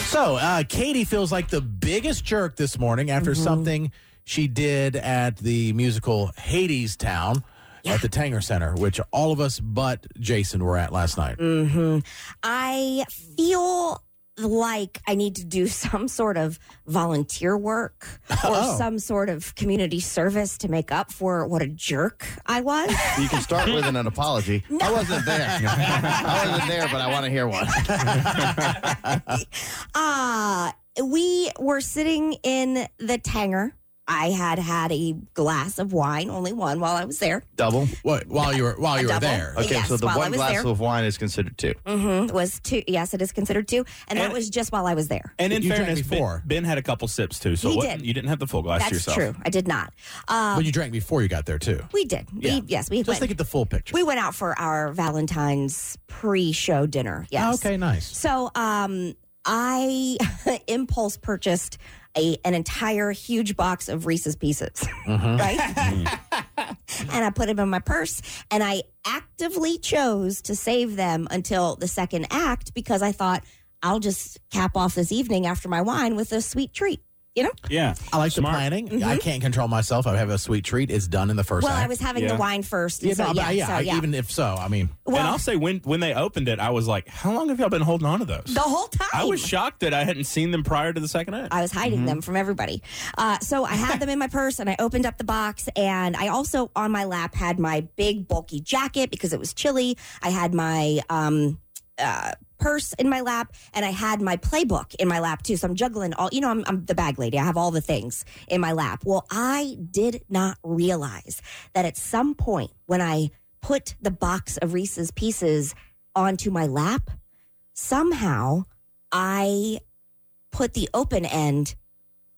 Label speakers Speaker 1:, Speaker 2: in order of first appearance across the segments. Speaker 1: So, uh, Katie feels like the biggest jerk this morning after
Speaker 2: Mm-hmm.
Speaker 1: something she did at the musical Hades Town at the Tanger Center, which all of us but Jason were at last night.
Speaker 2: hmm I feel like I need to do some sort of volunteer work or
Speaker 1: Oh.
Speaker 2: some sort of community service to make up for what a jerk I was.
Speaker 3: You can start with an, an apology. I wasn't there. I wasn't there, but I want to hear one.
Speaker 2: uh, we were sitting in the Tanger. I had had a glass of wine, only one, while I was there.
Speaker 3: Double.
Speaker 1: What, while you were while
Speaker 2: A
Speaker 1: you were
Speaker 2: double.
Speaker 1: there,
Speaker 3: Okay,
Speaker 2: Yes,
Speaker 3: so the
Speaker 2: while I
Speaker 3: one
Speaker 2: was
Speaker 3: glass
Speaker 2: there.
Speaker 3: of wine is considered two.
Speaker 2: Mm-hmm. Was two? Yes, it is considered two, and, that
Speaker 4: And-
Speaker 2: was just while I was there.
Speaker 4: And in
Speaker 1: You drank
Speaker 4: fairness,
Speaker 1: before.
Speaker 4: ben, ben had a couple sips too, so
Speaker 2: He
Speaker 4: what,
Speaker 2: did.
Speaker 4: you didn't have the full glass to
Speaker 2: That's
Speaker 4: yourself.
Speaker 2: true. I did not. Uh,
Speaker 1: but you drank before you got there too.
Speaker 2: we did.
Speaker 1: Yeah.
Speaker 2: We, yes, we
Speaker 1: Just
Speaker 2: went.
Speaker 1: to get the full picture.
Speaker 2: we went out for our Valentine's pre-show dinner. Yes.
Speaker 1: Ah, Okay, nice.
Speaker 2: So um, I impulse purchased a, an entire huge box of Reese's Pieces,
Speaker 4: Mm-hmm.
Speaker 2: right? and I put them in my purse, and I actively chose to save them until the second act because I thought I'll just cap off this evening after my wine with a sweet treat. You know,
Speaker 4: Yeah.
Speaker 1: I like
Speaker 4: Smart.
Speaker 1: the planning. I can't control myself. I have a sweet treat. It's done in the first
Speaker 2: Mm-hmm. well,
Speaker 1: act.
Speaker 2: I was having
Speaker 4: Yeah.
Speaker 2: the wine first, and
Speaker 1: yeah,
Speaker 2: so,
Speaker 1: no,
Speaker 2: yeah,
Speaker 1: I- yeah,
Speaker 2: so,
Speaker 1: I-
Speaker 2: yeah.
Speaker 1: Even if so, I mean,
Speaker 4: and
Speaker 2: well,
Speaker 4: I'll say when when they opened it, I was like, "How long have y'all been holding on to those?"
Speaker 2: the whole time
Speaker 4: I was shocked that I hadn't seen them prior to the second act.
Speaker 2: I was hiding them from everybody. Uh, so I had them in my purse and I opened up the box. And I also, on my lap, had my big, bulky jacket because it was chilly. I had my um, uh, purse in my lap and I had my playbook in my lap too. So I'm juggling all, you know, I'm, I'm the bag lady. I have all the things in my lap. Well, I did not realize that at some point when I put the box of Reese's pieces onto my lap, somehow I put the open end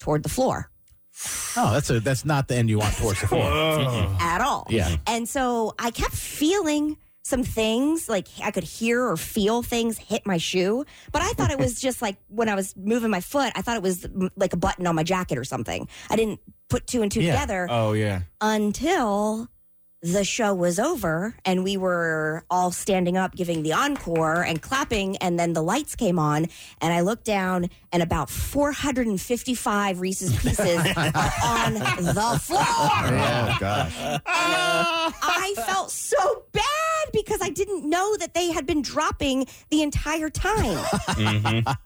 Speaker 2: toward the floor
Speaker 1: oh, that's a that's not the end you want towards the floor.
Speaker 4: Ugh.
Speaker 2: at all.
Speaker 1: Yeah.
Speaker 2: And so I kept feeling some things, like I could hear or feel things hit my shoe, but I thought it was just like when I was moving my foot, I thought it was mm, like a button on my jacket or something. I didn't put two and two
Speaker 1: Yeah.
Speaker 2: together
Speaker 4: Oh yeah.
Speaker 2: until the show was over and we were all standing up giving the encore and clapping and then the lights came on and I looked down and about 455 Reese's pieces are on the floor.
Speaker 3: Oh gosh.
Speaker 2: I felt so bad because I didn't know that they had been dropping the entire time
Speaker 4: Mhm.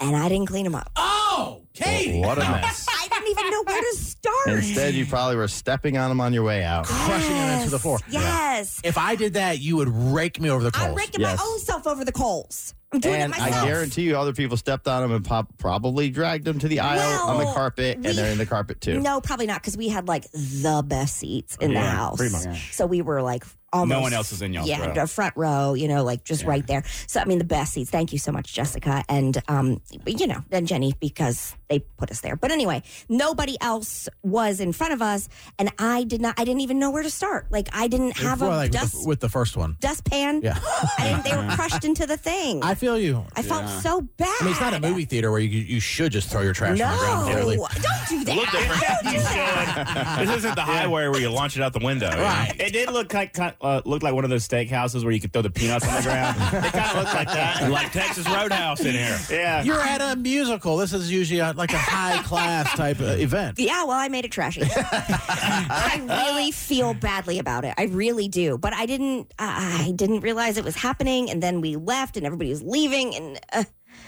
Speaker 2: and I didn't clean them up.
Speaker 1: Oh, Katie,
Speaker 3: What a mess.
Speaker 2: I didn't even know where to start.
Speaker 3: Instead, you probably were stepping on them on your way out.
Speaker 1: crushing them into the
Speaker 2: Yes,
Speaker 1: floor.
Speaker 2: Yes.
Speaker 1: If I did that, you would rake me over the coals.
Speaker 2: I'm raking
Speaker 3: Yes.
Speaker 2: my own self over the coals. I'm doing
Speaker 3: And
Speaker 2: it
Speaker 3: I
Speaker 2: myself.
Speaker 3: guarantee you, other people stepped on them and pop, probably dragged them to the aisle on the
Speaker 2: Well,
Speaker 3: carpet,
Speaker 2: we-
Speaker 3: and they're in the carpet too.
Speaker 2: No, probably not because we had like the best seats in the
Speaker 4: Yeah,
Speaker 2: house.
Speaker 4: pretty much.
Speaker 2: So we were like almost.
Speaker 4: one else is in y'all's
Speaker 2: Yeah,
Speaker 4: row.
Speaker 2: the front row. You know, like just right there. So I mean, the best seats. Thank you so much, Jessica, and um, you know, and Jenny because they put us there. But anyway, nobody else was in front of us, and I did not. I didn't even know where to start. Like I didn't have
Speaker 1: Well,
Speaker 2: a
Speaker 1: like with,
Speaker 2: dust
Speaker 1: the, with the first one.
Speaker 2: dustpan.
Speaker 1: Yeah.
Speaker 2: I didn't, they were crushed into the thing.
Speaker 1: I feel you.
Speaker 2: I felt so bad.
Speaker 1: I mean, it's not a movie theater where you you should just throw your trash on the ground.
Speaker 2: No,
Speaker 1: Clearly.
Speaker 2: don't do that. Don't do that.
Speaker 4: this isn't the highway where you launch it out the window.
Speaker 1: Right.
Speaker 5: It did look like kind uh, looked like one of those steakhouses where you could throw the peanuts on the ground. it kind of looked like that.
Speaker 4: Like Texas Roadhouse in here.
Speaker 5: Yeah.
Speaker 1: You're at a musical. This is usually a, like a high class type of event.
Speaker 2: Yeah, well, I made it trashy. I really feel badly about it. I really do. But I didn't. I didn't realize it was happening, and then we left, and everybody was leaving, and uh,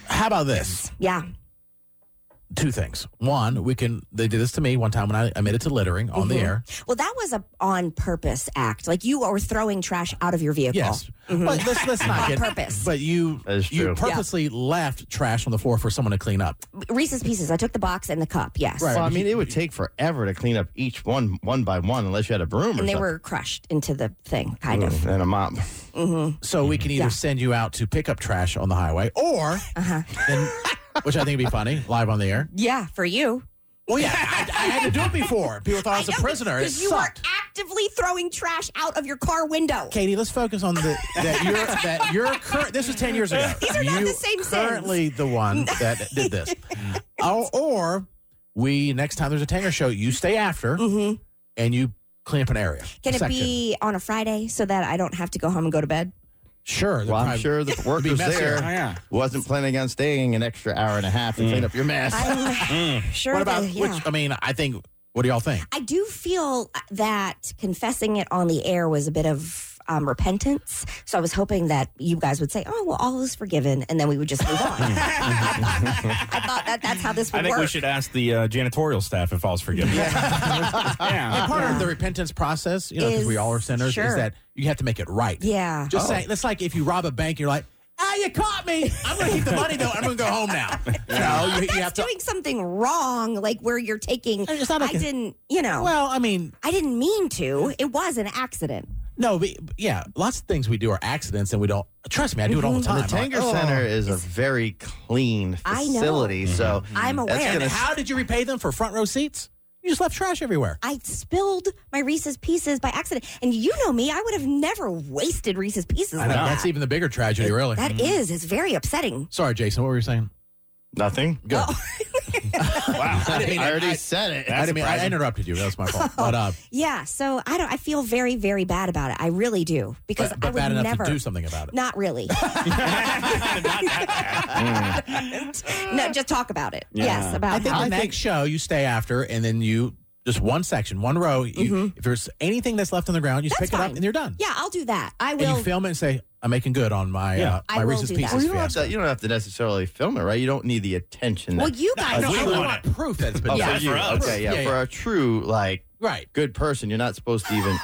Speaker 1: How about this?
Speaker 2: yeah,
Speaker 1: Two things. One, we can. They did this to me one time when I admitted to littering on the
Speaker 2: Mhm.
Speaker 1: air.
Speaker 2: Well, that was a on purpose act. Like you are throwing trash out of your vehicle.
Speaker 1: Yes, but let's, let's not
Speaker 2: Mm-hmm. On
Speaker 1: get
Speaker 2: purpose.
Speaker 1: But you
Speaker 3: That is
Speaker 1: you
Speaker 3: true.
Speaker 1: purposely left trash on the floor for someone to clean up.
Speaker 2: Reese's Pieces. I took the box and the cup. Yes.
Speaker 1: Right.
Speaker 3: Well, I mean, it would take forever to clean up each one one by one, unless you had a broom or
Speaker 2: And they
Speaker 3: something.
Speaker 2: were crushed into the thing, kind of.
Speaker 3: and a mop.
Speaker 1: So we can either
Speaker 2: Yeah. Uh-huh.
Speaker 1: send you out to pick up trash on the highway, or then, which I think would be funny, live on the air.
Speaker 2: Yeah, for you.
Speaker 1: Well, yeah, I, I had to do it before. People thought I was a prisoner. It
Speaker 2: Because you
Speaker 1: sucked.
Speaker 2: were actively throwing trash out of your car window.
Speaker 1: Katie, let's focus on the that you're that you're current. This was ten years ago.
Speaker 2: These are not
Speaker 1: you
Speaker 2: the same sins.
Speaker 1: Currently, the one that did this, or, or we next time there's a Tanger show, you stay after
Speaker 2: hmm
Speaker 1: and you clean up an area.
Speaker 2: Can
Speaker 1: a
Speaker 2: it be on a Friday so that I don't have to go home and go to bed?
Speaker 1: section. Sure. they're
Speaker 3: Well, I'm
Speaker 1: probably-
Speaker 3: sure the workers there
Speaker 1: messier.
Speaker 5: Yeah.
Speaker 3: wasn't planning on staying an extra hour and a half to clean up your mess.
Speaker 2: I'm sure.
Speaker 1: What about
Speaker 2: they- yeah.
Speaker 1: which? I mean, I think. What do y'all think?
Speaker 2: I do feel that confessing it on the air was a bit of um, repentance. So I was hoping that you guys would say, "Oh, well, all is forgiven," and then we would just move on. I thought that that's how this would
Speaker 4: I think
Speaker 2: work.
Speaker 4: we should ask the uh, janitorial staff if all's forgiven.
Speaker 5: yeah.
Speaker 1: part of the repentance process, you know, because
Speaker 2: Is-
Speaker 1: we all are sinners,
Speaker 2: sure.
Speaker 1: is that you have to make it right.
Speaker 2: Yeah. Oh.
Speaker 1: Just say that's like if you rob a bank, you're like, ah, you caught me. I'm gonna keep the money though. I'm gonna go home now. No, you, you have
Speaker 2: that's
Speaker 1: to.
Speaker 2: doing something wrong, like where you're taking.
Speaker 1: It's not a
Speaker 2: I
Speaker 1: con-
Speaker 2: didn't, you know.
Speaker 1: Well, I mean,
Speaker 2: I didn't mean to. It was an accident.
Speaker 1: no, but, yeah, lots of things we do are accidents, and we don't. Trust me, I do it all
Speaker 2: Mm-hmm.
Speaker 1: the time.
Speaker 3: The
Speaker 1: I'm like,
Speaker 3: Tanger
Speaker 1: "Oh."
Speaker 3: Center is a very clean
Speaker 2: I know.
Speaker 3: facility, so
Speaker 2: I'm
Speaker 3: That's
Speaker 2: aware.
Speaker 1: And
Speaker 3: gonna-
Speaker 1: how did you repay them for front row seats? You just left trash everywhere.
Speaker 2: I spilled my Reese's Pieces by accident, and you know me. I would have never wasted Reese's Pieces. like that.
Speaker 1: That's even the bigger tragedy, really.
Speaker 2: That is, It's very upsetting.
Speaker 1: Sorry, Jason. What were you saying?
Speaker 3: nothing. Good.
Speaker 5: Wow.
Speaker 3: I, already
Speaker 1: I-
Speaker 3: said it.
Speaker 1: I didn't mean I interrupted you. That was my fault. But uh,
Speaker 2: Yeah. So I don't. I feel very, very bad about it. I really do because
Speaker 1: but,
Speaker 2: I
Speaker 1: but
Speaker 2: would
Speaker 1: bad enough
Speaker 2: never.
Speaker 1: to do something about it.
Speaker 2: Not really. no, just talk about it. Yes, about
Speaker 1: I think
Speaker 2: how-
Speaker 1: the next show you stay after, and then you just one section, one row. You, If there's anything that's left on the ground, you just
Speaker 2: Mm-hmm. That's
Speaker 1: pick it up
Speaker 2: fine.
Speaker 1: and you're done.
Speaker 2: yeah, I'll do that. I
Speaker 1: and
Speaker 2: will.
Speaker 1: you film it and say, "I'm making good on my uh,
Speaker 2: I
Speaker 1: my
Speaker 2: will
Speaker 1: Reese's
Speaker 2: do that.
Speaker 1: Pieces."
Speaker 3: Well, you, don't have
Speaker 1: fiasco."
Speaker 3: to, you don't have to necessarily film it, right? You don't need the attention.
Speaker 2: well,
Speaker 3: that-
Speaker 2: you guys.
Speaker 1: No,
Speaker 5: we
Speaker 1: I
Speaker 5: want
Speaker 1: want proof that it's been
Speaker 3: oh,
Speaker 1: done.
Speaker 3: for you.
Speaker 5: us.
Speaker 3: Okay, yeah,
Speaker 1: Yeah,
Speaker 3: For
Speaker 1: yeah.
Speaker 3: a true like
Speaker 1: Right.
Speaker 3: good person, you're not supposed to even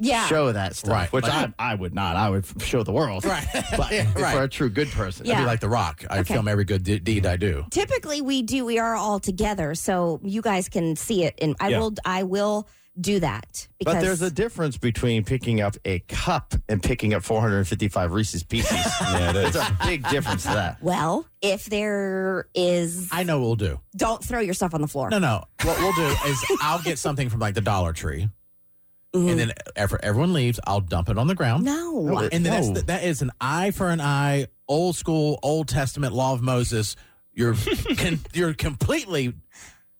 Speaker 2: yeah.
Speaker 3: show that stuff.
Speaker 1: Right.
Speaker 3: Which
Speaker 1: Like-
Speaker 3: I, I would not. I would show the world.
Speaker 1: Right.
Speaker 3: But
Speaker 1: Yeah,
Speaker 3: for
Speaker 1: right.
Speaker 3: a true good person,
Speaker 1: I'd
Speaker 2: Yeah.
Speaker 1: be like The Rock. I
Speaker 2: Okay.
Speaker 1: film every good de- deed I do.
Speaker 2: Typically, we do. We are all together, so you guys can see it. And I
Speaker 4: Yeah.
Speaker 2: will. I will do that because.
Speaker 3: But there's a difference between picking up a cup and picking up 455 Reese's Pieces. yeah, it is. It's a big difference to that.
Speaker 2: well, if there is,
Speaker 1: I know we'll do.
Speaker 2: don't throw yourself on the floor.
Speaker 1: No, no. What we'll do is I'll get something from like the Dollar Tree,
Speaker 2: Mm.
Speaker 1: and then after everyone leaves, I'll dump it on the ground.
Speaker 2: Mm-hmm. No.
Speaker 3: No, it-
Speaker 1: And then
Speaker 3: No.
Speaker 1: that's, that is an eye for an eye, old school, Old Testament law of Moses. You're con, you're completely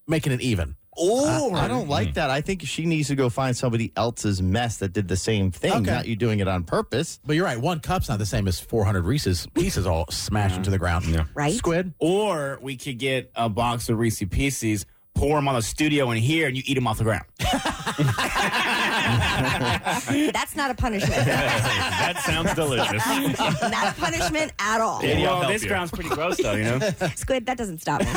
Speaker 1: making it even.
Speaker 3: Oh, I, don't like that. I think she needs to go find somebody else's mess that did the same thing,
Speaker 1: Okay.
Speaker 3: not you doing it on purpose.
Speaker 1: But you're right. One cup's not the same as 400 Reese's pieces all smashed into the ground.
Speaker 2: Right.
Speaker 1: Squid.
Speaker 5: Or we could get a box of Reese's Pieces, pour them on the studio in here, and you eat them off the ground.
Speaker 2: That's not a punishment. Um,
Speaker 4: that sounds delicious.
Speaker 2: not a punishment at all.
Speaker 4: Yeah. I'll
Speaker 5: well,
Speaker 4: help
Speaker 5: this
Speaker 4: you.
Speaker 5: ground's pretty gross, though, you know?
Speaker 2: Squid, that doesn't stop me.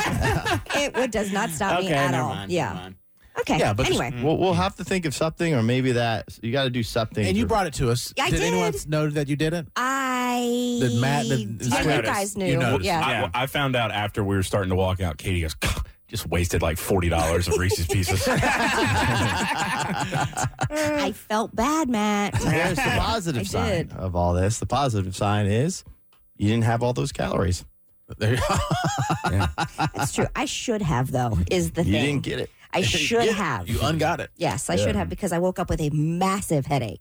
Speaker 2: it would, does not stop
Speaker 5: okay,
Speaker 2: me at
Speaker 5: never
Speaker 2: all.
Speaker 5: mind.
Speaker 2: yeah.
Speaker 5: Never mind.
Speaker 2: Okay.
Speaker 1: Yeah, but just-
Speaker 2: anyway.
Speaker 3: We'll, we'll have to think of something, or maybe that you got to do something.
Speaker 1: And you
Speaker 3: to-
Speaker 1: brought it to us.
Speaker 2: I
Speaker 1: did, anyone
Speaker 2: did.
Speaker 1: know that you did it?
Speaker 2: I
Speaker 1: Did Matt- did-
Speaker 2: yeah,
Speaker 1: I
Speaker 2: you
Speaker 1: noticed.
Speaker 2: guys knew.
Speaker 1: You noticed.
Speaker 2: yeah.
Speaker 4: I,
Speaker 5: Yeah.
Speaker 4: I found out after we were starting to walk out, Katie goes, "Gah, just wasted like $40 of Reese's Pieces.
Speaker 2: I felt bad, Matt.
Speaker 3: There's the positive
Speaker 2: I
Speaker 3: sign
Speaker 2: did.
Speaker 3: of all this. The positive sign is you didn't have all those calories.
Speaker 1: There-
Speaker 2: That's true. I should have though, is the
Speaker 3: You
Speaker 2: thing.
Speaker 3: didn't get it.
Speaker 2: I should have.
Speaker 1: you ungot it.
Speaker 2: Yes, I should have because I woke up with a massive headache.